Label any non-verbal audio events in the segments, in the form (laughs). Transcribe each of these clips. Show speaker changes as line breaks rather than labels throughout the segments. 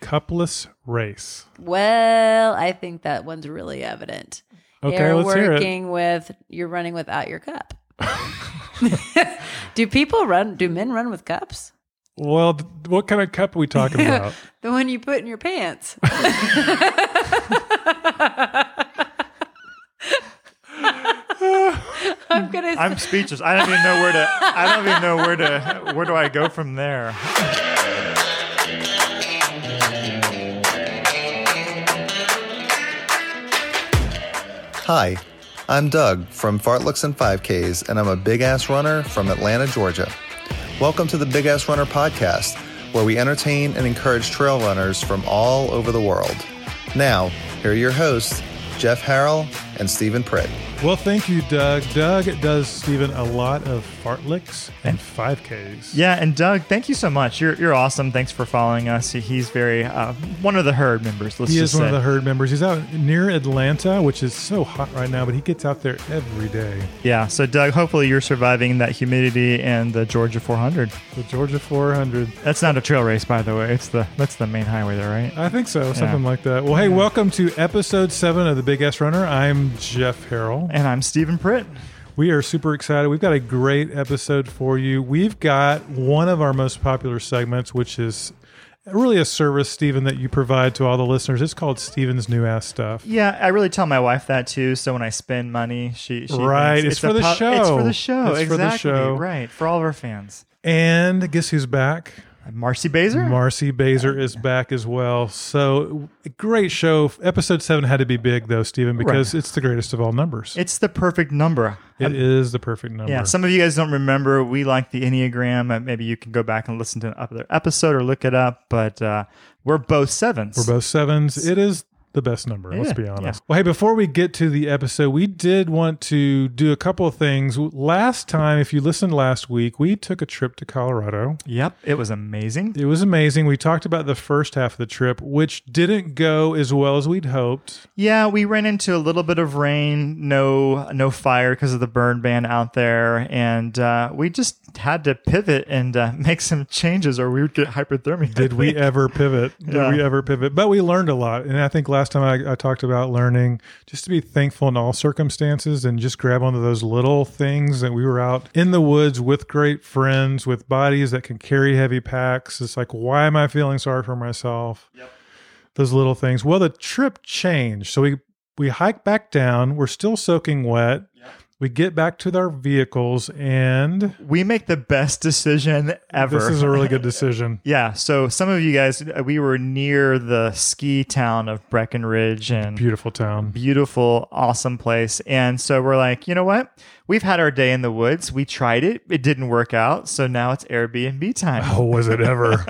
cupless race.
Well, I think that one's really evident.
Okay,
you're
let's hear it.
working with you're running without your cup. (laughs) do people run do men run with cups?
Well, th- what kind of cup are we talking about?
The one you put in your (laughs) pants. I'm gonna
I'm speechless. I don't even know where to. I don't even know where to. Where do I go from there?
Hi, I'm Doug from Fartleks and 5Ks, and I'm a big ass runner from Atlanta, Georgia. Welcome to the Big Ass Runner podcast, where we entertain and encourage trail runners from all over the world. Now, here are your hosts, Jeff Harrell and Stephen Pritt.
well, thank you, Doug. Doug does Stephen a lot of fartlicks and 5Ks.
Yeah, and Doug, thank you so much. You're you're awesome. Thanks for following us. He- He's very uh, one of the herd members. Let's
He
just
is one
say.
of the herd members. He's out near Atlanta, which is so hot right now, but he gets out there every day.
Yeah. So Doug, hopefully you're surviving that humidity and the Georgia 400.
The Georgia 400.
That's not a trail race, by the way. It's the that's the main highway there, right?
I think so, something like that. Well, hey, welcome to episode seven of The Big S Runner. I'm Jeff Harrell.
And I'm Stephen Pritt.
We are super excited. We've got a great episode for you. We've got one of our most popular segments, which is really a service, Stephen, that you provide to all the listeners. It's called Stephen's New Ass Stuff.
Yeah, I really tell my wife that too. So when I spend money, she, she
Right,
thinks
it's for
a
the
It's
show.
for the show.
It's for
exactly.
the show.
Right for all of our fans.
And guess who's back?
Marcy Baser.
Marcy Baser is back as well. So great show. Episode seven had to be big though, Stephen, because it's the greatest of all numbers.
it's the perfect number.
it is the perfect number.
Yeah, some of you guys don't remember. We like the Enneagram. Uh, Maybe you can go back and listen to an other episode or look it up. But uh, we're both sevens.
We're both sevens. It is the best number. Let's
Yeah,
be honest.
yeah.
Well, hey, before we get to the episode, we did want to do a couple of things. Last time, if you listened last week, we took a trip to Colorado.
Yep, it was amazing.
It was amazing. We talked about the first half of the trip, which didn't go as well as we'd hoped.
Yeah, we ran into a little bit of rain, no no fire because of the burn ban out there, and uh, we just had to pivot and uh, (laughs) make some changes, or we would get hypothermia.
Did
(laughs)
we e- ever pivot? Did
Yeah.
we ever pivot? But we learned a lot. And I think last time I, I talked about learning just to be thankful in all circumstances and just grab onto those little things that we were out in the woods with great friends, with bodies that can carry heavy packs. It's like, why am I feeling sorry for myself? Those little things. Well, the trip changed. So we, we hike back down. We're still soaking wet. We get back to our vehicles and
We make the best decision ever.
this is a really good decision.
yeah, so some of you guys, uh, we were near the ski town of Breckenridge, and
Beautiful town.
beautiful, awesome place. And so we're like, you know what? We've had our day in the woods. We tried it. It didn't work out. So now it's Airbnb time.
Oh, was it ever?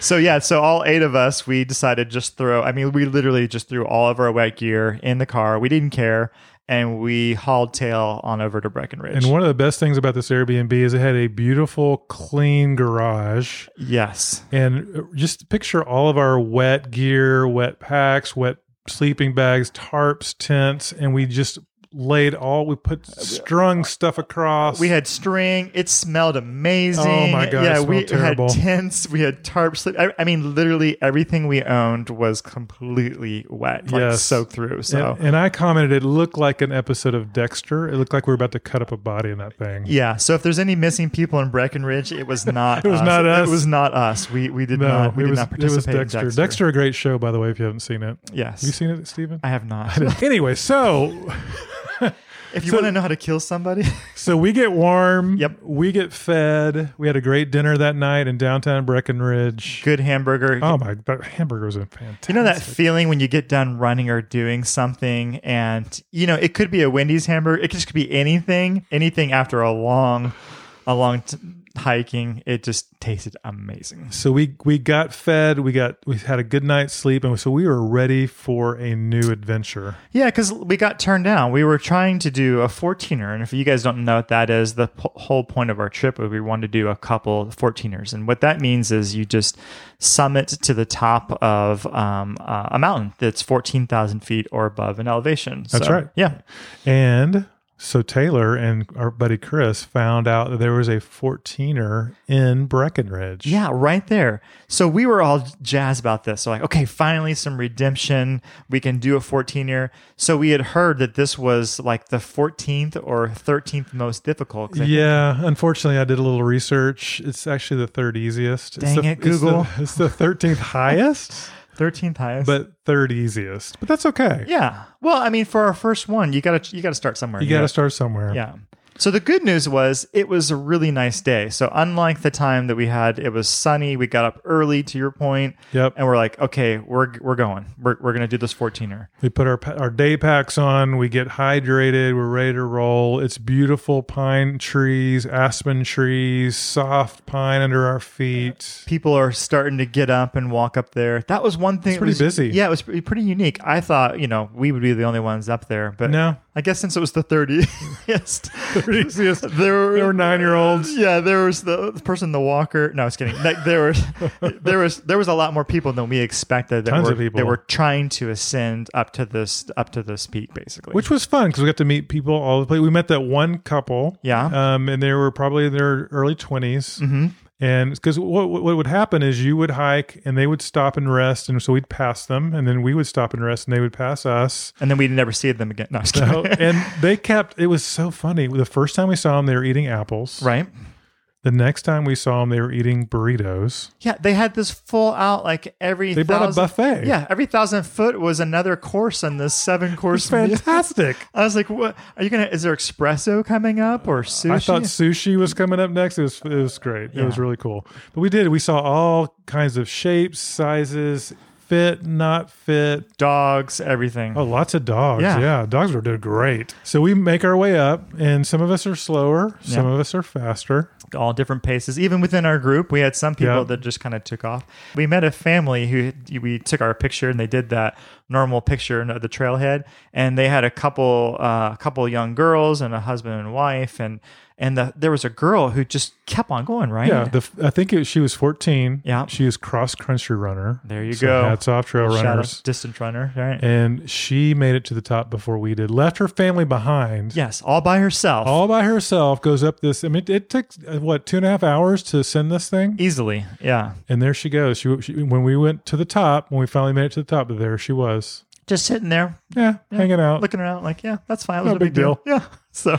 So yeah, so all eight of us, we decided just throw. I mean, we literally just threw all of our wet gear in the car. We didn't care, and we hauled tail on over to Breckenridge.
And one of the best things about this Airbnb is it had a beautiful, clean garage.
yes,
And uh, just picture all of our wet gear, wet packs, wet sleeping bags, tarps, tents, and we just laid all we put strung stuff across.
Uh, we had string. It smelled amazing.
Oh my God, it
Yeah,
smelled
we
terrible.
had tents. We had tarps. I, I mean, literally everything we owned was completely wet, like
Yes.
soaked through. So
and, and I commented it looked like an episode of Dexter. It looked like we were about to cut up a body in that thing.
Yeah. So if there's any missing people in Breckenridge, it was
(laughs)
not.
It was
us.
not us.
It was not us. We we did
No,
not. We
Uh, it
did
was
not
it was
participate.
Dexter.
in
Dexter. a great show, by the way, if you haven't seen it.
Yes.
Have you seen it, Steven?
I (laughs)
(laughs)
have not.
anyway, so
if you want to know how to kill somebody, (laughs)
So we get warm.
Yep.
We get fed. We had a great dinner that night in downtown Breckenridge.
good hamburger.
Oh my! That hamburger was fantastic.
You know that feeling when you get done running or doing something, and you know it could be a Wendy's hamburger. It just could be anything. Anything after a long, a long t- hiking, it just tasted amazing.
So we we got fed. We got we had a good night's sleep, and so we were ready for a new adventure.
Yeah, because we got turned down. We were trying to do a 14er. And if you guys don't know what that is, the p- whole point of our trip was we wanted to do a couple 14ers. And what that means is you just summit to the top of um, uh, a mountain that's 14,000 feet or above in elevation.
That's
So,
right.
Yeah.
And So Taylor and our buddy Chris found out that there was a 14er in Breckenridge.
Yeah, right there. So we were all jazzed about this. So like, okay, finally some redemption. We can do a 14 year. So we had heard that this was like the 14th or 13th most difficult. 'Cause I think-
Yeah, unfortunately, I did a little research. It's actually the third easiest.
Dang
it's the,
it, Google.
It's the, it's the 13th
(laughs)
highest,
13th
(laughs)
highest.
but third easiest. But that's okay.
yeah. Well, I mean, for our first one, you gotta you gotta start somewhere.
You got to start somewhere.
Yeah. So the good news was it was a really nice day. So unlike the time that we had, it was sunny. We got up early to your point,
Yep.
and we're like, okay, we're we're going. We're we're gonna do this 14er.
We put our pa- our day packs on. We get hydrated. We're ready to roll. It's beautiful pine trees, aspen trees, soft pine under our feet.
people are starting to get up and walk up there. That was one thing. It's
pretty busy.
Yeah, it was pretty, pretty unique. I thought, you know, we would be the only ones up there, but
No.
I guess since it was the (laughs) 30th, 30th there were,
There were nine-year-olds.
Yeah, there was the, the person in the walker. No, I was kidding. Like, there was
(laughs)
there was there was a lot more people than we expected that
Tons
were
of people.
that were trying to ascend up to this up to this peak basically.
Which was fun because we got to meet people all the place. We met that one couple.
Yeah.
Um, and they were probably in their early 20s. Mm-hmm. And because what, what what would happen is you would hike and they would stop and rest. And so we'd pass them and then we would stop and rest and they would pass us.
and then we'd never see them again. No, I was kidding. (laughs)
So- Oh, and they kept, it was so funny. The first time we saw them, they were eating apples.
right?
The next time we saw them, they were eating burritos.
Yeah, they had this full out like every.
They brought a buffet.
Yeah, every thousand foot was another course on this seven course meal.
Fantastic.
I was like, "What are you gonna? Is there espresso coming up or sushi?"
(laughs) I thought sushi was coming up next. It was it was great. It was
Yeah.
really cool. But we did. We saw all kinds of shapes, sizes, fit, not fit.
dogs, everything.
Oh, lots of dogs. Yeah,
Yeah.
dogs were doing great. So we make our way up, and some of us are slower, some
Yeah.
of us are faster.
all different paces. Even within our group, we had some people
Yeah.
that just kind of took off. We met a family who we took our picture and they did that normal picture at the trailhead, and they had a couple, uh, a couple young girls and a husband and wife, and and the, there was a girl who just kept on going, right?
Yeah, the, I think it, she was 14.
Yeah.
she was cross country runner.
there you
So
go.
Hats off, trail
Shout out
runners.
distance runner, right?
And she made it to the top before we did. Left her family behind.
yes, all by herself.
all by herself goes up this. I mean, it, it took uh, what two and a half hours to send this thing,
Easily, yeah.
and there she goes. She, she when we went to the top, when we finally made it to the top, there she was.
Just sitting there,
Yeah, hanging out.
looking around, like, yeah, that's fine. It
No
was no a big,
big
deal. (laughs) Yeah. So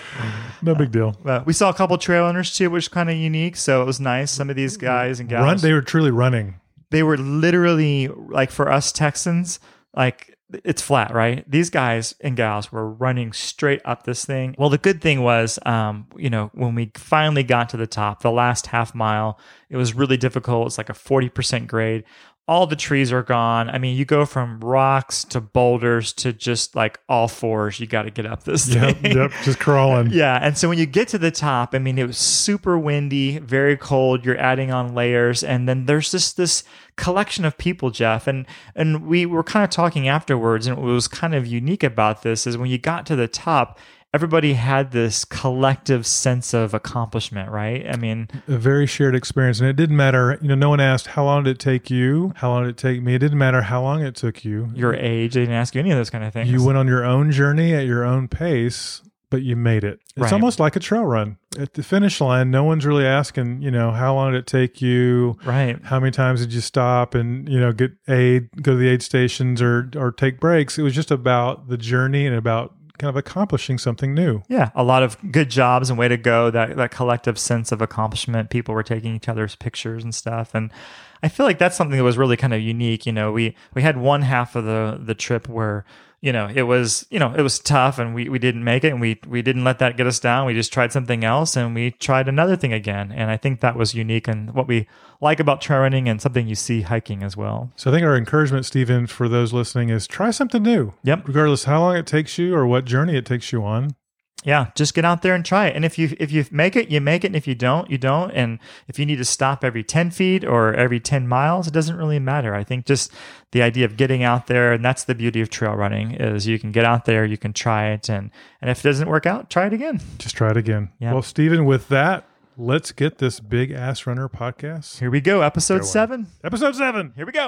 no big deal.
uh, we saw a couple trail runners too, which was kind of unique. So it was nice. Some of these guys and
Run.
gals,
They were truly
(laughs)
running.
they were literally like for us Texans, like it's flat, right? These guys and gals were running straight up this thing. Well, the good thing was, um, you know, when we finally got to the top, the last half mile, it was really difficult. It's like a 40% grade. All the trees are gone. I mean, you go from rocks to boulders to just like all fours. You got to get up this
Yep,
thing. (laughs)
yep. Just crawling.
Yeah, and so when you get to the top, I mean, it was super windy, very cold. You're adding on layers, and then there's just this collection of people, Jeff, and and we were kind of talking afterwards, and what was kind of unique about this is when you got to the top. Everybody had this collective sense of accomplishment, right? I mean,
A very shared experience, and it didn't matter. You know, no one asked how long did it take you, how long did it take me. It didn't matter how long it took you.
your age, they didn't ask you any of those kind of things.
You went on your own journey at your own pace, but you made it. It's
Right.
almost like a trail run. At the finish line, no one's really asking, you know, how long did it take you?
right.
How many times did you stop and, you know, get aid, go to the aid stations or or take breaks? It was just about the journey and about kind of accomplishing something new.
Yeah, a lot of good jobs and way to go. That that collective sense of accomplishment. People were taking each other's pictures and stuff, and I feel like that's something that was really kind of unique. You know, we we had one half of the the trip where you know it was you know it was tough and we, we didn't make it and we we didn't let that get us down we just tried something else and we tried another thing again and i think that was unique and what we like about trail running and something you see hiking as well
So I think our encouragement, Stephen, for those listening is try something new.
Yep.
Regardless how long it takes you or what journey it takes you on.
yeah just get out there and try it and if you if you make it you make it and if you don't you don't and if you need to stop every 10 feet or every 10 miles it doesn't really matter i think just the idea of getting out there and that's the beauty of trail running is you can get out there you can try it and and if it doesn't work out try it again
Just try it again.
Yeah.
Well, Stephen, with that, let's get this big ass runner podcast.
here we go episode
one.
7
Episode seven.
here we go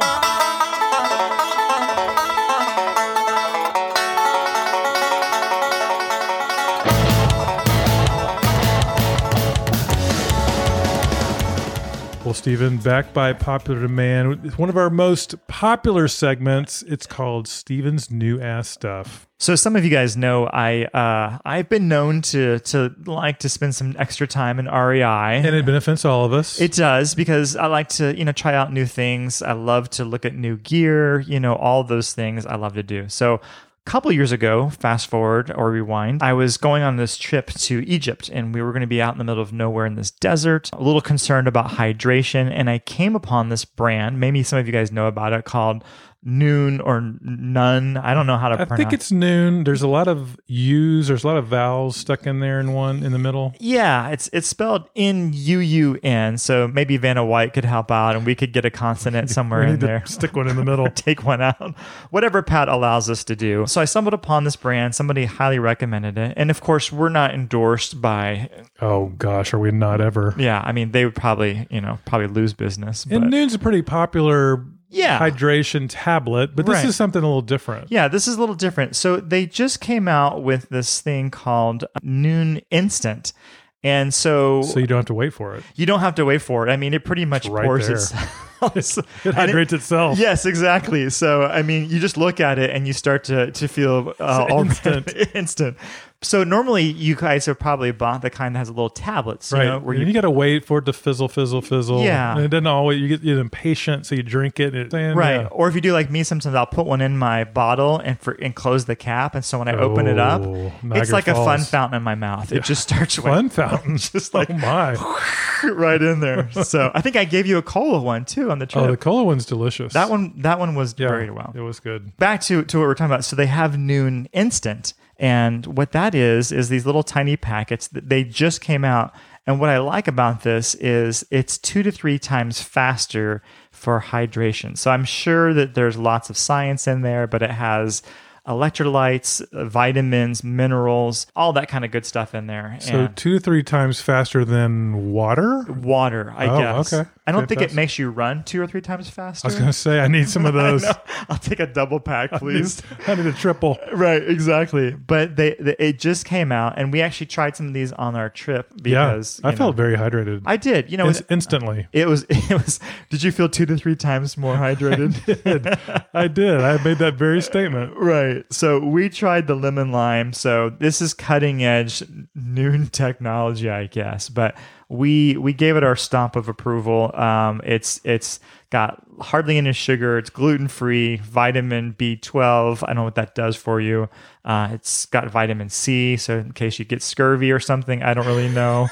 Well, Stephen, back by popular demand, it's one of our most popular segments. It's called Stephen's New Ass Stuff.
So some of you guys know I uh, I've been known to to like to spend some extra time in E REI.
And it benefits all of us.
It does because I like to, you know, try out new things. I love to look at new gear, you know, all those things I love to do. So, a couple years ago, fast forward or rewind, I was going on this trip to Egypt and we were going to be out in the middle of nowhere in this desert, a little concerned about hydration. And I came upon this brand, maybe some of you guys know about it, called Noon or None. I don't know how to
I
pronounce
think it's noon. There's a lot of U's. There's a lot of vowels stuck in there in one in the middle.
Yeah, it's it's spelled N U U N. So maybe Vanna White could help out, and we could get a consonant
(laughs)
somewhere
We
in
need to
there.
stick one in the middle.
(laughs) Take one out, whatever Pat allows us to do. So I stumbled upon this brand. Somebody highly recommended it, and of course, we're not endorsed by.
Oh gosh, are we not ever?
Yeah, I mean, they would probably, you know, probably lose business. But
And noon's a pretty popular
Yeah.
hydration tablet, but this
Right.
is something a little different.
Yeah, this is a little different. So they just came out with this thing called Noon Instant, and
So you don't have to wait for it.
you don't have to wait for it. I mean, it pretty much
right
pours
there.
itself. (laughs)
(laughs) It
And
hydrates itself.
Yes, exactly. So I mean, you just look at it and you start to to feel uh, all-
instant.
(laughs) instant. So normally you guys have probably bought the kind that has a little tablets, you
Right.
know, where
and you,
you
got to wait for it to fizzle, fizzle, fizzle.
Yeah.
And it doesn't always, you get you're impatient, so you drink it. And it
right.
yeah.
Or if you do like me, sometimes I'll put one in my bottle and for and close the cap, and so when I open it up,
Oh,
it's
Niagara
like a fun
Falls.
fountain in my mouth. It just starts like,
Fun fountain.
(laughs) just like
oh,
(laughs)
my.
right
(laughs)
in there. So I think I gave you a cola one too on the trip.
Oh, the cola one's delicious.
that one, that one was
yeah,
very well.
It was good.
back to, to what we're talking about. So they have Noon Instant. And what that is, is these little tiny packets that they just came out. And what I like about this is it's two to three times faster for hydration. So I'm sure that there's lots of science in there, but it has electrolytes, vitamins, minerals, all that kind of good stuff in there.
So
and
two to three times faster than water.
water, I
Oh,
guess.
okay.
I don't think
Fantastic.
it makes you run two or three times faster.
I was going to say, I need some of those. (laughs) I,
(laughs) I'll take a double pack, please.
(laughs) I need a
(laughs)
triple.
right exactly but they, they it just came out and we actually tried some of these on our trip
Yeah.
because
I
you
felt
know,
very hydrated.
i did you know
Ins-
it,
instantly.
it was (laughs) it was did you feel two to three times
(laughs)
more hydrated
I did. I made that
(laughs)
very statement.
right so we tried the lemon lime so this is cutting edge noon (laughs) technology i guess but we we gave it our stomp of approval um it's it's got hardly any sugar it's gluten free vitamin b12 i don't know what that does for you uh, it's got vitamin c so in case you get scurvy or something i don't
(laughs)
really know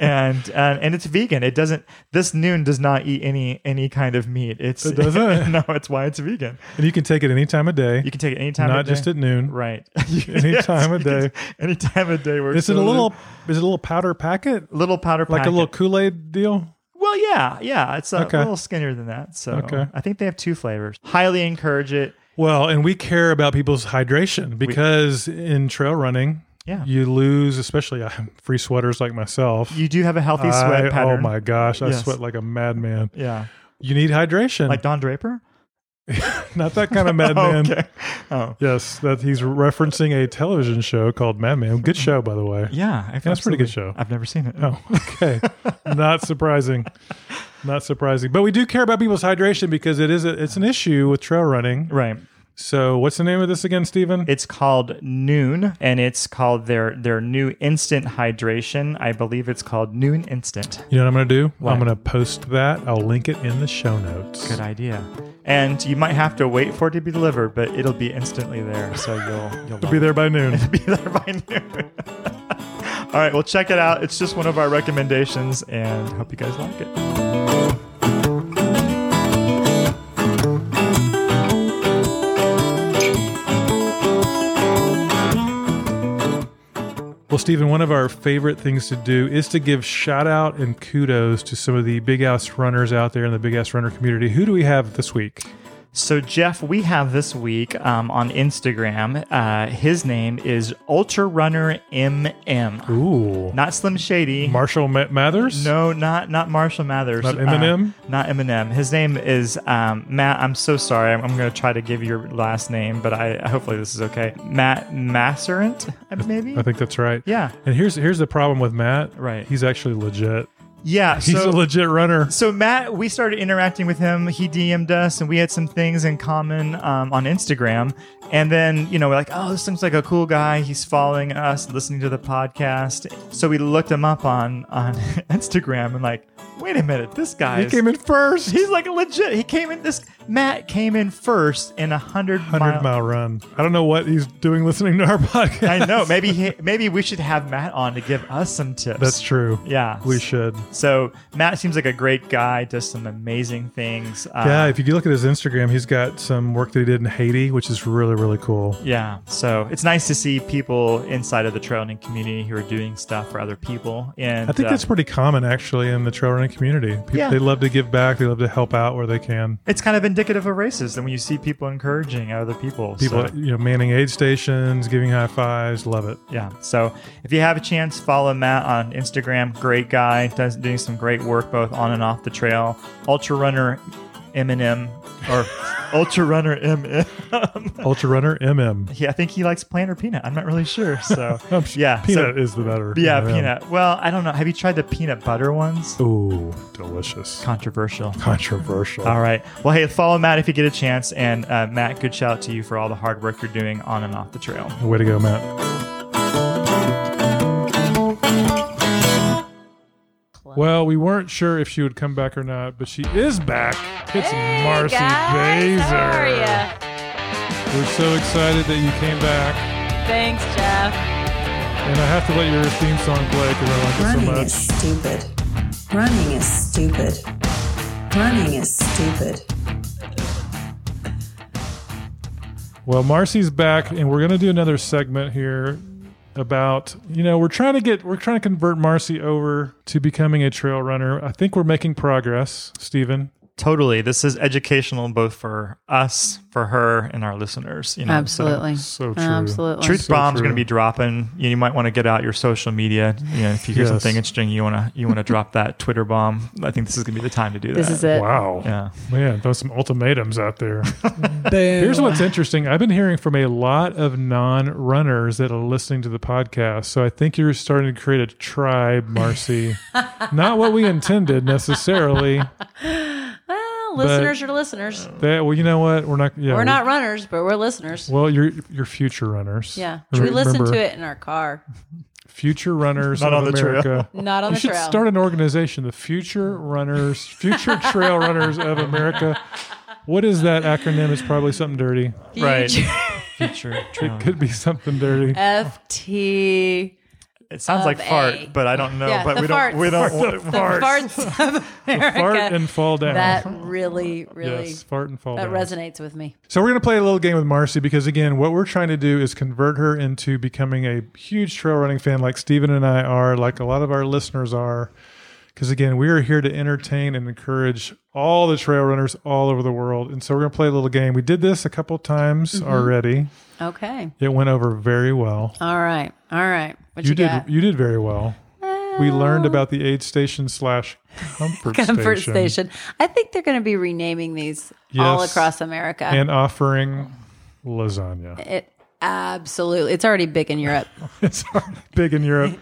and uh, and it's vegan it doesn't this noon does not eat any any kind of meat it's
It doesn't?
(laughs) no it's why it's vegan
And you can take it any time of day,
you can take it any time
not
of day.
just at noon. (laughs)
Right.
Any time of
you can- (laughs)
day.
Any time of day works.
Is it a
totally.
little? Is it a little powder packet?
little powder
Like a
packet.
little Kool Aid deal?
Well, yeah, yeah. It's a
Okay.
little skinnier than that. So
Okay.
I think they have two flavors. Highly encourage it.
Well, and we care about people's hydration because in trail running,
Yeah.
you lose, especially uh, free sweaters like myself.
You do have a healthy sweat
I, oh
pattern.
my gosh, I
Yes.
sweat like a madman.
Yeah.
You need hydration,
Like Don Draper.
(laughs) not that kind of madman.
(laughs) okay. Oh.
Yes, that he's referencing a television show called Madman. Good show, by the way.
Yeah. I
that's a pretty good show.
I've never seen it.
Oh, (laughs) okay. Not surprising. Not surprising. But we do care about people's hydration because it is a, it's an issue with trail running.
Right.
So, what's the name of this again, Stephen?
It's called Noon, and it's called their their new instant hydration. I believe it's called Noon Instant.
You know what I'm going to do?
What?
I'm going to post that. I'll link it in the show notes.
Good idea. And you might have to wait for it to be delivered, but it'll be instantly there, so you'll you'll (laughs)
Be there by noon. (laughs)
be there by noon. (laughs) All right, well check it out. It's just one of our recommendations, and hope you guys like it.
well, Stephen, one of our favorite things to do is to give shout out and kudos to some of the big ass runners out there in the big ass runner community. Who do we have this week?
So Jeff, we have this week um, on Instagram. Uh, his name is Ultra Runner MM,
Ooh.
not Slim Shady.
Marshall Ma- Mathers?
no, not not Marshall Mathers.
Not Eminem?
Uh, not Eminem. His name is um, Matt. I'm so sorry. I'm, I'm going to try to give your last name, but I hopefully this is okay. Matt Masserant, maybe.
I think that's right.
Yeah.
And here's here's the problem with Matt.
Right.
He's actually legit.
Yeah,
He's
so
a legit runner.
so Matt, we started interacting with him. He DM'd us, and we had some things in common um, on Instagram. And then, you know, we're like, "Oh, this seems like a cool guy. He's following us, listening to the podcast." So we looked him up on on (laughs) Instagram, and like, wait a minute, this guy
He
is-
came in first.
He's like legit. He came in this. Matt came in first in a hundred
100
mile.
mile run. I don't know what he's doing listening to our (laughs) podcast.
(laughs) I know.
(laughs)
Maybe he, maybe we should have Matt on to give us some tips.
That's true.
Yeah.
We should.
So Matt seems like a great guy. Does some amazing things. Uh,
yeah, if you look at his Instagram, he's got some work that he did in Haiti, which is really, really cool.
Yeah. So it's nice to see people inside of the trail running community who are doing stuff for other people. And
I think
uh,
that's pretty common actually in the trail running community. People,
Yeah.
They love to give back, they love to help out where they can.
it's kind of indicative of races. And when you see people encouraging other people,
People,
so-
you know, manning aid stations, giving high fives, love it.
yeah. So if you have a chance, follow Matt on Instagram. Great guy, does doing some great work both on and off the trail. Ultra runner Eminem
(laughs)
or ultra runner MM.
Ultra runner MM.
yeah, I think he likes plant or peanut. I'm not really sure. So
(laughs) I'm sure
yeah, so-
peanut is the better.
yeah,
MM.
peanut. Well, I don't know. Have you tried the peanut butter ones?
Ooh, delicious.
Controversial.
Controversial.
All right. Well, hey, follow Matt if you get a chance. And uh, Matt, good shout out to you for all the hard work you're doing on and off the trail.
Way to go, Matt. Well, we weren't sure if she would come back or not, but she is back. It's
Hey,
Marcy
guys,
Baser.
How are ya?
We're so excited that you came back.
Thanks, Jeff.
And I have to let your theme song play because I like it so
Running
much.
is stupid. Running is stupid. Running is stupid.
Well, Marcy's back, and we're going to do another segment here about you know we're trying to get we're trying to convert Marcy over to becoming a trail runner. I think we're making progress, Stephen.
Totally. This is educational both for us, for her, and our listeners. You know, so-
Absolutely.
so true.
Absolutely.
Truth
So
bomb's
true.
going to be dropping. You, you might want to get out your social media. You know, if you hear
Yes.
something interesting, you want to you want to drop that Twitter bomb. I think this is going to be the time to do that.
This is it.
Wow,
Yeah.
man, those some ultimatums out
(laughs)
there. Here's what's interesting. I've been hearing from a lot of non-runners that are listening to the podcast, so I think you're starting to create a tribe,
(laughs)
Marcy. Not what we intended necessarily.
Well, listeners are listeners.
That well, you know what? We're not. Yeah,
we're not runners, but we're listeners.
Well, you're you're future runners.
yeah. Should we listen
Remember,
to it in our car?
Future runners
Not
of
on the trail.
America.
(laughs) Not on
You
the
should
trail.
start an organization, the Future Runners, Future Trail Runners of America. What is that acronym? It's probably something dirty.
Right.
Future-
(laughs)
Future.
It could be something dirty.
Uh, FT.
It sounds like
Of A.
fart, but I don't know.
Yeah,
but
the
we don't.
farts.
We don't.
(laughs)
want
The farts of America.
Fart and fall down.
uh, that really, really
yes, fart and fall
that
down.
resonates with me.
So we're going to play a little game with Marcy because again, what we're trying to do is convert her into becoming a huge trail running fan like Steven and I are, like a lot of our listeners are. Because again, we are here to entertain and encourage all the trail runners all over the world. And so we're going to play a little game. We did this a couple times
Mm-hmm.
already.
Okay.
It went over very well.
All right. All right. What you,
You did
got? (laughs)
you did very well. We learned about the aid station slash comfort,
(laughs) Comfort station. I think they're going to be renaming these all
Yes.
across America.
and offering
(laughs)
lasagna.
it absolutely. It's already big in Europe.
It's already big in Europe.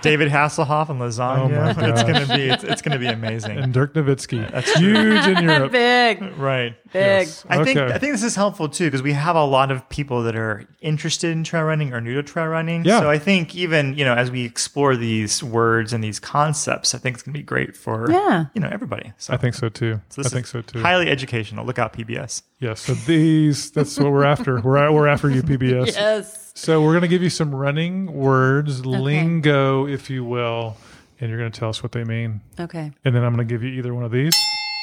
David Hasselhoff and lasagna.
Oh my
it's
gosh.
gonna be. It's, it's gonna be amazing.
and Dirk Nowitzki. That's huge
(laughs)
in Europe.
big.
Right.
Big.
I think
Okay.
I think this is helpful too because we have a lot of people that are interested in trail running or new to trail running.
Yeah.
So I think even you know as we explore these words and these concepts, I think it's going to be great for
Yeah.
you know everybody. So,
I think so too.
so
I
this
think
is
so too.
Highly educational. Look out, PBS.
yeah. So these, that's what we're after. We're we're after you, PBS.
Yes.
So we're gonna give you some running words, lingo, if you will, and you're gonna tell us what they mean.
Okay.
And then I'm gonna give you either one of these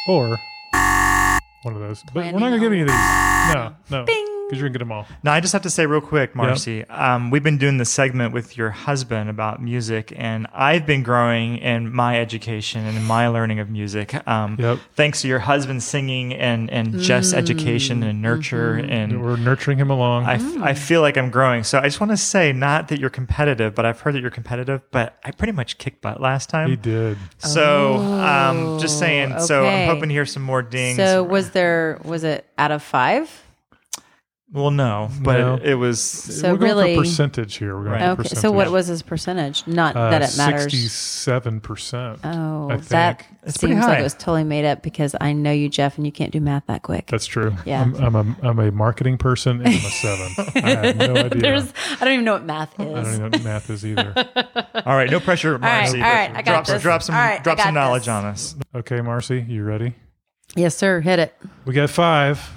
or one of those. But we're
Planning
not gonna give
on-
you these. No, no, because you're gonna get them all.
Now, I just have to say real quick, Marcy, um, we've been doing this segment with your husband about music, and I've been growing in my education and in my learning of music. Um,
Yep.
Thanks to your husband singing and, and Jeff's education and nurture. And
We're nurturing him along.
I, f-
Mm.
I feel like I'm growing. So I just want to say, not that you're competitive, but I've heard that you're competitive, but I pretty much kicked butt last time.
he did.
So um, just saying. So I'm
Oh, okay.
hoping to hear some more dings.
So was there was it out of five?
Well, no, but
No.
It, it was
So
we're going
really-
for percentage here. We're going
Right.
for
Okay.
percentage. Uh,
So what was his percentage? Not that it matters.
Sixty-seven percent.
oh,
I think.
that
It's pretty
seems
high.
like it was totally made up because I know you, Jeff, and you can't do math that quick.
That's true.
Yeah.
I'm, I'm a I'm a marketing person and
(laughs)
I'm a seven. I have no idea.
There's, I don't even know what math
I don't
is.
even know what math is
(laughs)
either.
all right. No pressure,
right,
Marcy.
all right, I got
drop,
this.
Drop some,
All right, I
drop some
got
knowledge
this.
on us.
Okay, Marcy, you ready?
Yes, sir. Hit it.
We got five.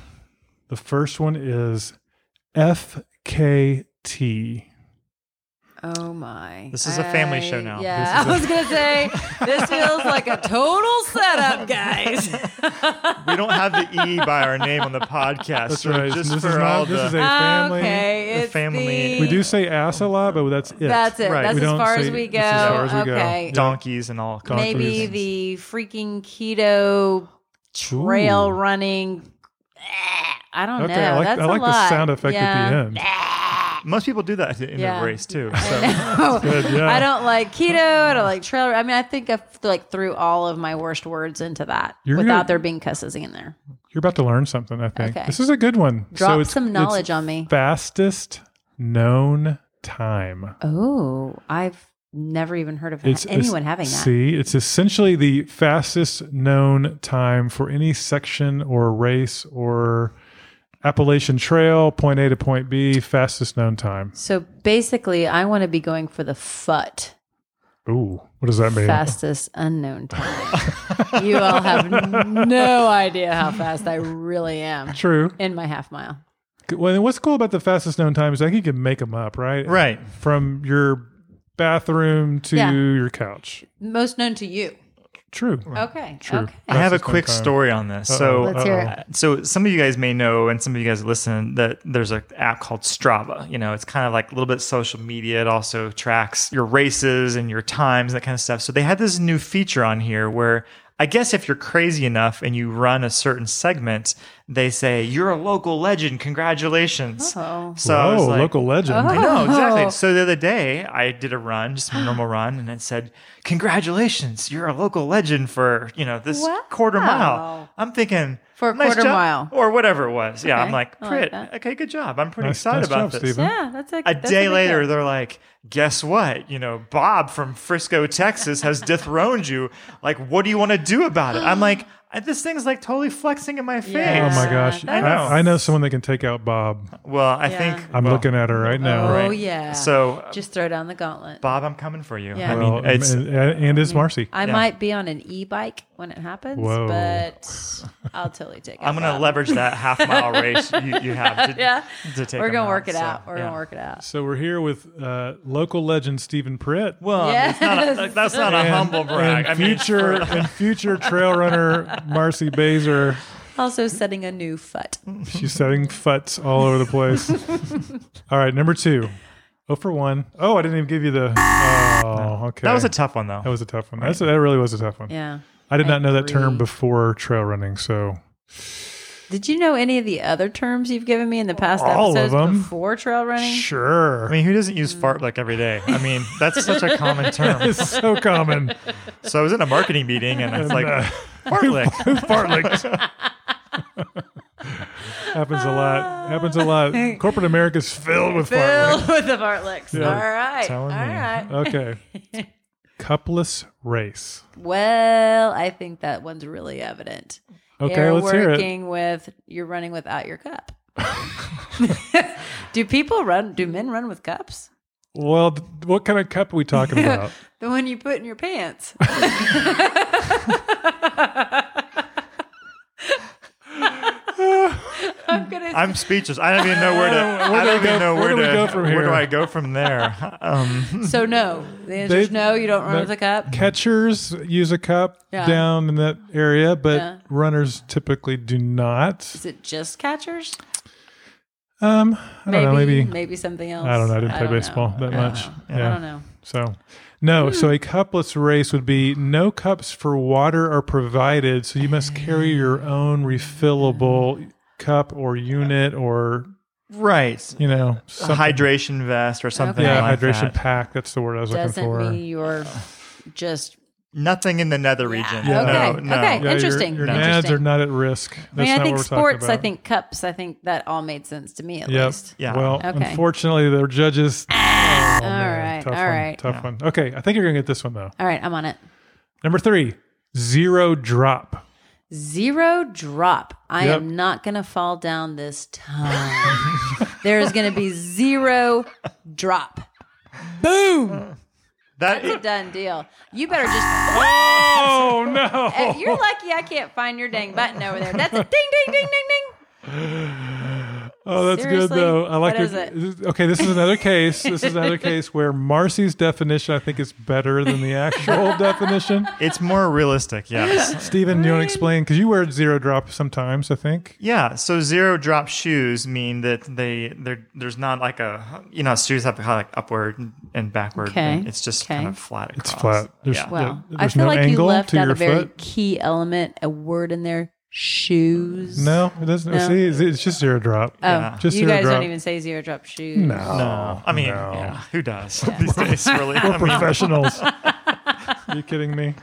The first one is FKT.
Oh my!
This is a family show now.
Yeah, I was gonna say this feels like a total
(laughs)
setup, guys.
We don't have the E by our name on the podcast.
That's
so
right.
Just
this is
for all
not.
the,
This is a family.
okay,
the
it's
family-
The,
We do say ass a lot, but that's it.
That's it.
Right.
That's
We
as
don't
far
say-
as we go.
that's as far as we go.
okay.
donkeys and all. kinds of
Maybe
things.
the freaking keto trail
Ooh.
running. Eh, I don't
Okay,
know.
I like,
That's
I
a
like the
lot.
sound effect at the
Yeah.
end.
most people do that at the end of
Yeah.
the race too.
I (laughs)
So
know.
Good, yeah.
I don't like keto. I don't like trail. I mean, I think I like threw all of my worst words into that
You're
without
gonna-
there being cusses in there.
You're about to learn something, I think.
Okay.
This is a good one.
Drop
it's-
some
it's
knowledge on me.
Fastest known time.
Oh, I've never even heard of
It's
anyone
it's-
having that.
See, it's essentially the fastest known time for any section or race or Appalachian Trail, point A to point B, fastest known time.
So basically, I want to be going for the FUT,
Ooh, what does that mean?
fastest unknown time. you all have no idea how fast I really am
True.
in my half mile.
Well, and what's cool about the fastest known time is I think you can make them up, right?
Right.
From your bathroom to
Yeah.
your couch.
Most known to you.
True.
Okay.
True.
Okay.
I have a
Fastest known
quick
time.
story on this.
Uh-oh,
So uh,
Let's hear it.
uh-oh.
so some of you guys may know and some of you guys listen that there's an app called strava you know it's kind of like a little bit social media it also tracks your races and your times that kind of stuff so they had this new feature on here where i guess if you're crazy enough and you run a certain segment they say you're a local legend congratulations
Oh.
so I was
Whoa,
like-
local legend.
Oh.
I know
Oh.
exactly. So the other day, I did a run, just
(gasps)
a normal run, and it said, "Congratulations, you're a local legend for you know this
Wow.
quarter mile." I'm thinking
For a
"Nice
quarter
job,"
mile.
or whatever it was. Yeah,
Okay.
I'm like,
I like
"Prit,
that.
okay, good job. I'm pretty
Nice-
excited
nice
about
job,
this."
Steven.
Yeah, that's a,
A
that's
day
big
later,
deal.
they're like, "Guess what? You know, Bob from Frisco, Texas, has dethroned you. Like, what do you want to do about it?"
(gasps)
I'm like, I- "This thing's like totally flexing in my face."
Oh my
Yeah,
gosh. I,
that's-
I know someone that can take out Bob.
Well, I
Yeah.
think
I'm
well,
looking at her right now.
Oh
Right.
yeah.
So, uh,
just throw down the gauntlet.
Bob, I'm coming for you.
Yeah.
I
Well,
mean, it's
and, and is Marcy.
I
Yeah.
might be on an e-bike when it happens,
Whoa. (laughs)
but I'll totally take it.
I'm gonna
Bob.
leverage that half
(laughs)
mile race you, you have to,
Yeah.
to take.
We're
them
gonna work it
so,
out. We're
yeah.
gonna work it out.
So we're here with uh, local legend Stephen Pritt.
Well,
Yes.
that's not a, that's not a humble
and
brag. I mean,
future and future trail runner Marcy Baser.
Also setting a new foot.
Mm-hmm.
She's setting futs all over the
(laughs)
place. all right, number two. Oh for one. Oh, I didn't even give you the. Oh, okay.
that was a tough one though.
that was a tough one. That's that really was a tough one.
Yeah.
I did not know that term
agree.
before trail running. So (laughs)
Did you know any of the other terms you've given me in the past
All of
episodes
them.
before trail running?
sure,
I mean, who doesn't
Mm.
use fart like every day? I mean, that's
(laughs)
such a common term.
it's so common.
So I was in a marketing meeting and it's like (laughs)
uh,
fart lick.
(laughs) fartlek. happens a lot. Happens a
(laughs)
lot. Corporate America's filled with fartlek.
Filled (laughs) with the fartlicks.
Yeah.
All right. All
Telling me. Uh.
right. (laughs)
Okay. Cupless race.
Well, I think that one's really evident.
Okay,
You're
let's hear it.
working with you're running without your cup. (laughs) do people run do men run with cups?
Well, th- what kind of cup are we
(laughs)
talking about?
The one you put in your pants. I'm gonna
(laughs) I'm speechless. I don't even know where to. I don't even know
where
where,
do we
to
go from
Where do
here?
I go from there?
(laughs)
Um,
(laughs) So no. The answer is
They-
no, you don't run
no.
with a cup.
Catchers use a cup
Yeah.
down in that area, but
Yeah.
runners typically do not.
Is it just catchers?
Um, I don't know. Maybe
maybe something else.
I don't know. I didn't play
don't
baseball
know.
that
I don't
much.
know. Hmm.
Yeah.
I don't know.
So, no. So a cupless race would be no cups for water are provided, so you must carry your
Ah.
own refillable cup or unit or
right.
you know
A
something.
hydration vest or something.
yeah,
like
hydration
that.
pack. That's the word I was looking
Doesn't
for.
mean you're just
Nothing in the nether region.
Yeah.
No,
Okay.
no.
Okay.
your-
Interesting.
Your, nads
Interesting.
are not at risk. That's
I mean, I
not
think
what we're
sports,
talking
I
about.
think cups, I think that all made sense to me at
Yep.
least.
Yeah.
Well,
Okay.
unfortunately, the
(laughs)
judges. Oh, all
right,
Tough
all
one.
right.
Tough one. Okay. I think you're going to get this one, though.
All right, I'm on it.
Number three, zero drop.
Zero drop. I
Yep.
am not going to fall down this time. (laughs) there is going to be zero drop. Boom.
That
It's a done deal. You better just.
Oh, no.
Eh, (laughs) You're lucky I can't find your dang button over there. That's a ding, ding, ding, ding, ding.
Oh, that's
Seriously?
good though. I like
What
your,
is it?
this- Okay, this is another case. This is
(laughs)
another case where Marcy's definition I think is better than the
(laughs)
actual definition.
it's more realistic. Yes.
Steven, do you want to explain? Because you wear zero drop sometimes, I think.
Yeah, so zero drop shoes mean that they there there's not like a you know shoes have kind of like upward and backward.
Okay.
and It's just
Okay.
kind of flat. Across.
It's flat. There's,
yeah.
Wow.
yeah,
I
there's
feel
no
like you
angle
left
to
out
your
a very
foot.
key element, a word in there shoes.
No, it doesn't.
No.
See, it's, it's just zero drop.
Oh,
Just
you
zero
guys
drop.
don't even say zero drop shoes.
No.
No, I mean,
no.
yeah, who does these days? Really,
(laughs)
I mean,
Professionals. Are you kidding me?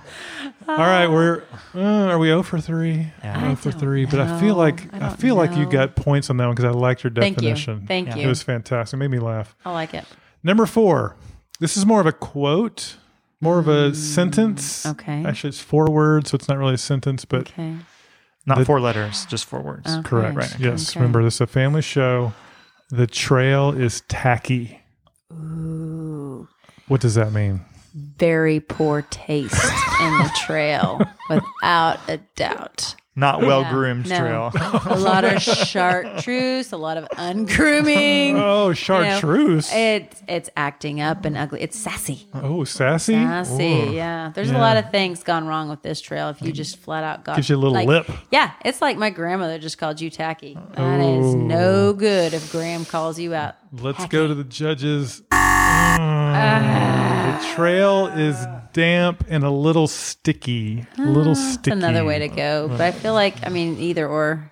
All right, we're uh, are we 0 for 3?
Yeah.
0 for
don't
3, but I feel
know.
like
I
I,
don't
feel like you
know.
got points on that one cuz I liked your
Thank you.
definition.
Thank
It
you.
was fantastic. It made me laugh.
I like it.
Number 4. This is more of a quote, more of a sentence.
Mm, okay.
Actually, it's four words, so it's not really a sentence, but
Okay.
not four letters, just four words.
correct.
Right.
Yes.
Okay.
Remember this is a family show. The trail is tacky.
Ooh.
What does that mean?
Very poor taste in the
(laughs)
trail, without a doubt.
Not well groomed
No. (laughs)
trail.
A lot of chartreuse, a lot of
(laughs)
ungrooming.
Oh, chartreuse.
It's it's acting up and ugly. It's sassy.
Oh, sassy.
Sassy,
Ooh.
yeah. There's
Yeah.
a lot of things gone wrong with this trail if you just flat out got
Gives you a little
like-
lip.
Yeah, it's like my grandmother just called you tacky. That is no good if Graham calls you out.
Let's go to the
(sighs)
judges.
Ah.
Mm. the trail is damp and a little sticky. A little sticky.
Ah, That's another way to go. But I feel like I mean either or,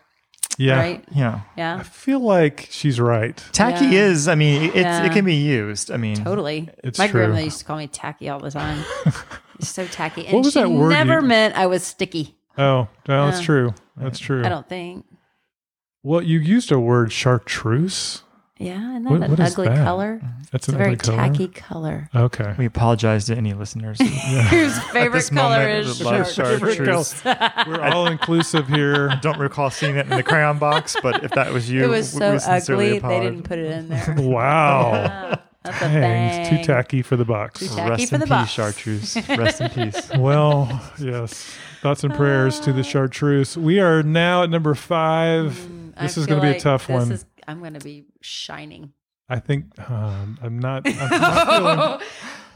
Yeah.
right?
yeah,
Yeah.
I feel like she's right.
tacky
Yeah.
is. I mean, it's
Yeah.
it can be used. I mean,
Totally.
It's
My
true.
grandmother used to call me tacky all
(laughs)
the time. It's so tacky. And
was
she
that word
never
you-
meant I was sticky.
Oh, no, that's true. That's true.
I don't think.
Well, you used a word chartreuse.
Yeah, isn't that
What-
an
what is
ugly
that?
color?
That's
It's a
an
very
ugly color.
tacky color. (laughs)
Okay.
we apologize to any listeners.
Whose favorite
this
color
moment,
is
I love
chartreuse?
chartreuse.
We're all inclusive
(laughs)
here.
Don't recall seeing it in the crayon box, but if that was you,
It was
we-
so
we sincerely
ugly they
apologize.
didn't put it in there.
Wow. (laughs)
That's a
Dang, it's too
Ah, bang.
tacky for the box.
Tacky
Rest
for
in
the
peace,
box.
chartreuse.
(laughs)
Rest in peace.
Well, yes. Thoughts and prayers
Uh,
to the chartreuse. We are now at number five.
mm, I
this is
feel
going to be a
like
tough
this
one.
is- I'm going to be shining.
I think um, I'm not.
(laughs)
I'm not feeling.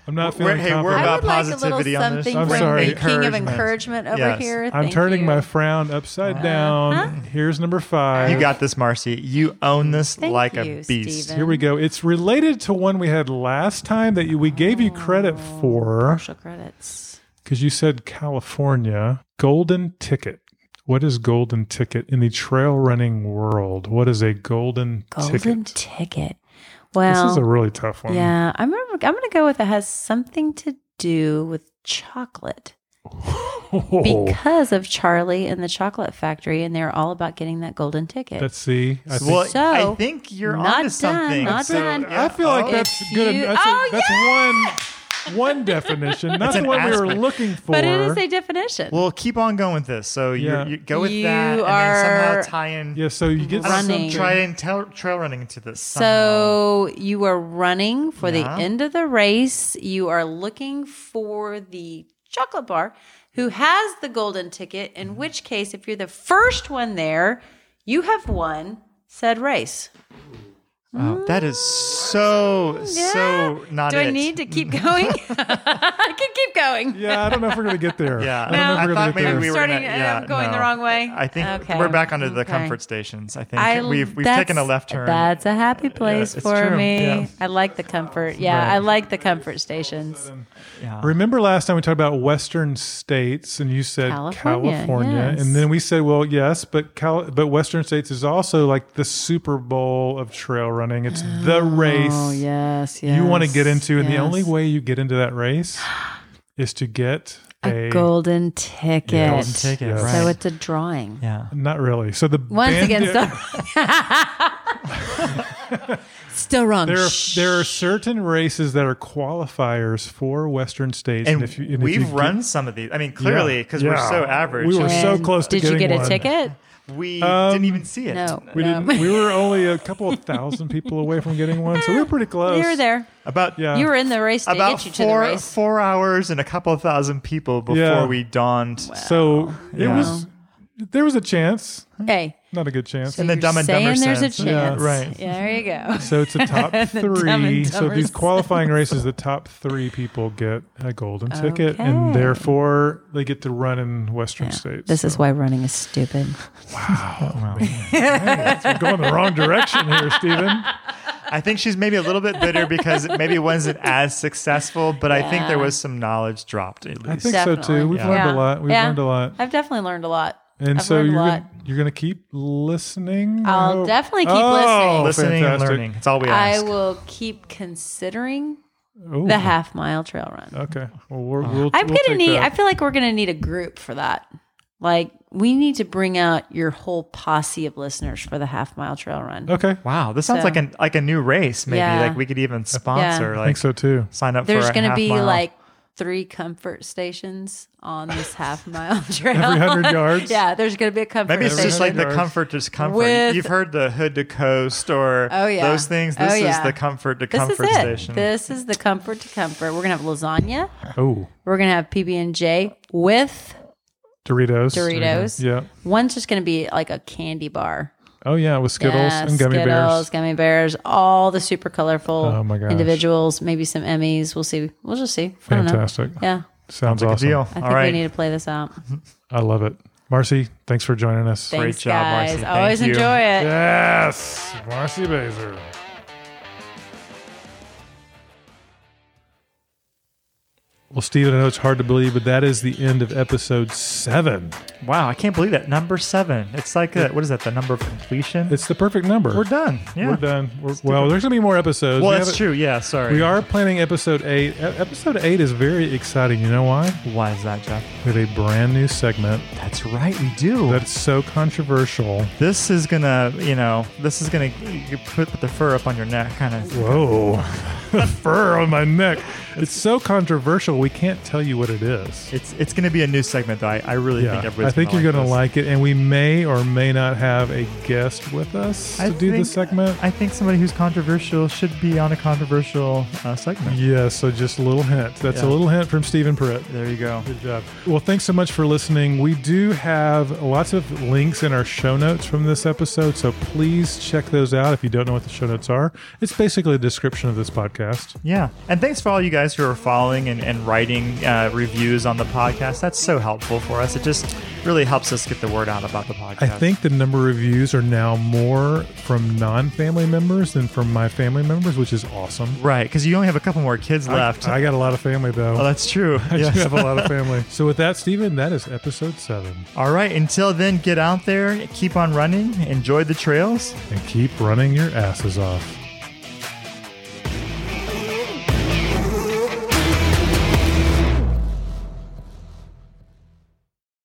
I'm not
We're-
feeling.
hey, we're
confident.
I would like
about
a little
positivity on this.
something
I'm
from
sorry.
the king of
Encouragement.
encouragement over
Yes.
here.
I'm
Thank
turning
you.
my frown upside down. Here's number five.
You got this, Marcy. You own this
Thank
like
you,
a beast.
Steven.
Here we go. It's related to one we had last time that you, we gave you credit
Oh.
for
Partial credits.
because you said California. Golden ticket. What is golden ticket in the trail running world? What is a golden,
Golden
ticket?
ticket. Well,
this is a really tough one. (laughs)
yeah, I'm gonna, I'm going to go with it has something to do with chocolate
Oh.
because of Charlie and the Chocolate Factory, and they're all about getting that golden ticket.
Let's see. I think-
Well,
So,
I think you're
not
onto
done,
something. Oh.
not done.
I feel like
If
that's good.
Oh, you-
enough. that's
Oh,
that's one one definition, not
It's
the
an
one we were
aspect.
looking for.
but it is a definition.
We'll keep on going with this. So
Yeah.
you're, you go with
You
that, and
are-
then somehow tie in.
yeah, so you get
I don't know,
Running.
Try and tel- trail running into this. somehow.
So you were running for
Uh-huh. Yeah.
the end of the race. You are looking for the chocolate bar who has the golden ticket,
Mm-hmm.
in which case, if you're the first one there, you have won said race.
Wow, that is so so not.
Do I
it.
need to
(laughs)
keep going? (laughs) I can keep going.
Yeah, I don't know if we're gonna get there.
(laughs) Yeah,
I don't know if
I
we're gonna
thought
get
maybe
there.
we were
Starting-
gonna,
I'm
yeah,
going
no.
the wrong way?
I think
Okay.
we're back onto the
Okay.
comfort stations. I think
I-
we've we've
that's-
taken a left turn.
That's a happy place
it's
for
true.
me.
Yeah.
I like the comfort. Yeah, I like the comfort stations.
yeah.
Remember last time we talked about Western states, and you said California,
California, yes.
and then we said, well, yes, but Cal- but Western states is also like the Super Bowl of trail running. It's
Oh,
the race
yes, yes.
you want to get into, and the only way you get into that race (gasps) is to get pay.
A golden ticket.
Golden ticket,
Yes.
right.
So it's a drawing.
yeah.
Not really. So the
Once
band-
again, still, (laughs) still wrong.
There are,
Shh.
there are certain races that are qualifiers for Western states,
And,
if you, and if
we've
you get-
run some of these. I mean, clearly, because
Yeah.
we're so average,
We
we,
were- so um, close to
Did you
getting
get a
one.
ticket?
didn't even see it.
No.
we
no.
didn't. We were only
(laughs)
a couple of thousand people away from getting one, so we were pretty close.
you were there.
About
Yeah.
You were in the race to
about
get you to the
four
race.
four hours and a couple of thousand people before
Yeah.
we dawned.
So it
Yeah.
was. There was a chance,
Hey,
not a good chance.
so
In the
you're
Dumb and
saying
Dumber
there's a
sense. Yeah,
chance.
right.
Yeah, there you go.
So
(laughs)
it's a top
Dumb
three.
and
So
Dumber
these
(laughs)
qualifying races, the top three people get a golden ticket, and
Okay.
therefore they get to run in Western states.
This is why running is stupid.
We're going the wrong direction here,
(laughs)
Stephen.
I think she's maybe a little bit bitter because it maybe wasn't as successful, but I think there was some knowledge dropped at
I
least.
think so
Definitely.
too. We've
Yeah.
learned
Yeah.
a lot. We've
Yeah.
learned a lot.
I've definitely learned a lot.
And
I've
so
learned
you're
a lot.
gonna, you're gonna keep listening. I
I'll
hope.
definitely keep
Oh,
Listening
fantastic.
and learning. It's all we
I
ask. Mm-hmm.
will keep considering
Ooh,
the half mile trail run.
Uh,
Okay. Well, we're, we'll. we'll
I'm gonna
take
need. I
That.
feel like we're gonna need a group for that. Like we need to bring out your whole posse of listeners for the half mile trail run.
okay.
Wow, this sounds
So-
like an like a new race. Maybe
Yeah.
like we could even sponsor,
I think
like
so too.
sign up.
There's
for
gonna
going to
be like three comfort stations on this half
(laughs)
mile trail.
Every 100 yards?
yeah, there's gonna be a comfort.
Maybe it's
Every
just like the
hundred yards.
comfort to discomfort.
With-
You've heard the hood to coast or
Oh, yeah.
those things.
Oh,
This is
yeah.
the comfort to
this
comfort
is it.
station.
This is the comfort to comfort. We're gonna have lasagna.
Oh,
We're gonna have PB and J with
Doritos.
Doritos.
Yeah.
One's just gonna be like a candy bar.
Oh yeah, with Skittles
Yeah,
and gummy
Skittles,
bears.
gummy bears, all the super colorful
Oh my gosh.
individuals, maybe some Emmys. We'll see. We'll just see. I don't know.
Fantastic.
Yeah.
Sounds
Good
awesome.
deal.
I
All
think we
right.
need to play this out.
I love it. Marcy, thanks for joining us.
Thanks,
job,
guys.
Marcy. Thank
Always
you.
enjoy it.
Yes, Marcy Baser. Well, Steven, I know it's hard to believe, but that is the end of episode seven.
wow, I can't believe that number seven. It's like that. What is that? The number of completion.
It's the perfect number.
We're done. Yeah.
We're done. We're, well, there's gonna be more episodes.
Well,
We
that's
haven't-
true. Yeah. Sorry.
We are planning episode eight. E- episode eight is very exciting. You know why?
Why is that, Jeff?
We have a brand new segment
That's right. We do.
that's so controversial.
this is gonna, you know, this is gonna you put the fur up on your neck, kind of.
(laughs) Whoa, the fur on my neck. It's so controversial. We can't tell you what it is.
It's it's gonna be a new segment though. I, I really think
Yeah, I
everybody's.
think
gonna
you're
like
going to
this.
like it, and we may or may not have a guest with us to do
think-
the segment.
I think somebody who's controversial should be on a controversial uh, segment.
yeah, so just a little hint. That's a
Yeah.
little hint from Stephen Pruitt.
There you go.
Good job. Well, thanks so much for listening. We do have lots of links in our show notes from this episode, so please check those out if you don't know what the show notes are. It's basically a description of this podcast.
Yeah. And thanks for all you guys who are following and, and writing uh, reviews on the podcast. That's so helpful for us. It just really helps us get the word out about the podcast.
I think the number of reviews are now more from non family members than from my family members, which is awesome.
Right. Because you only have a couple more kids left.
I got a lot of family, though.
oh, that's true.
(laughs) I
Yes.
do have a lot
(laughs)
of family. So with that, Steven, that is episode seven.
All right. Until then, get out there, keep on running, enjoy the trails.
And keep running your asses off.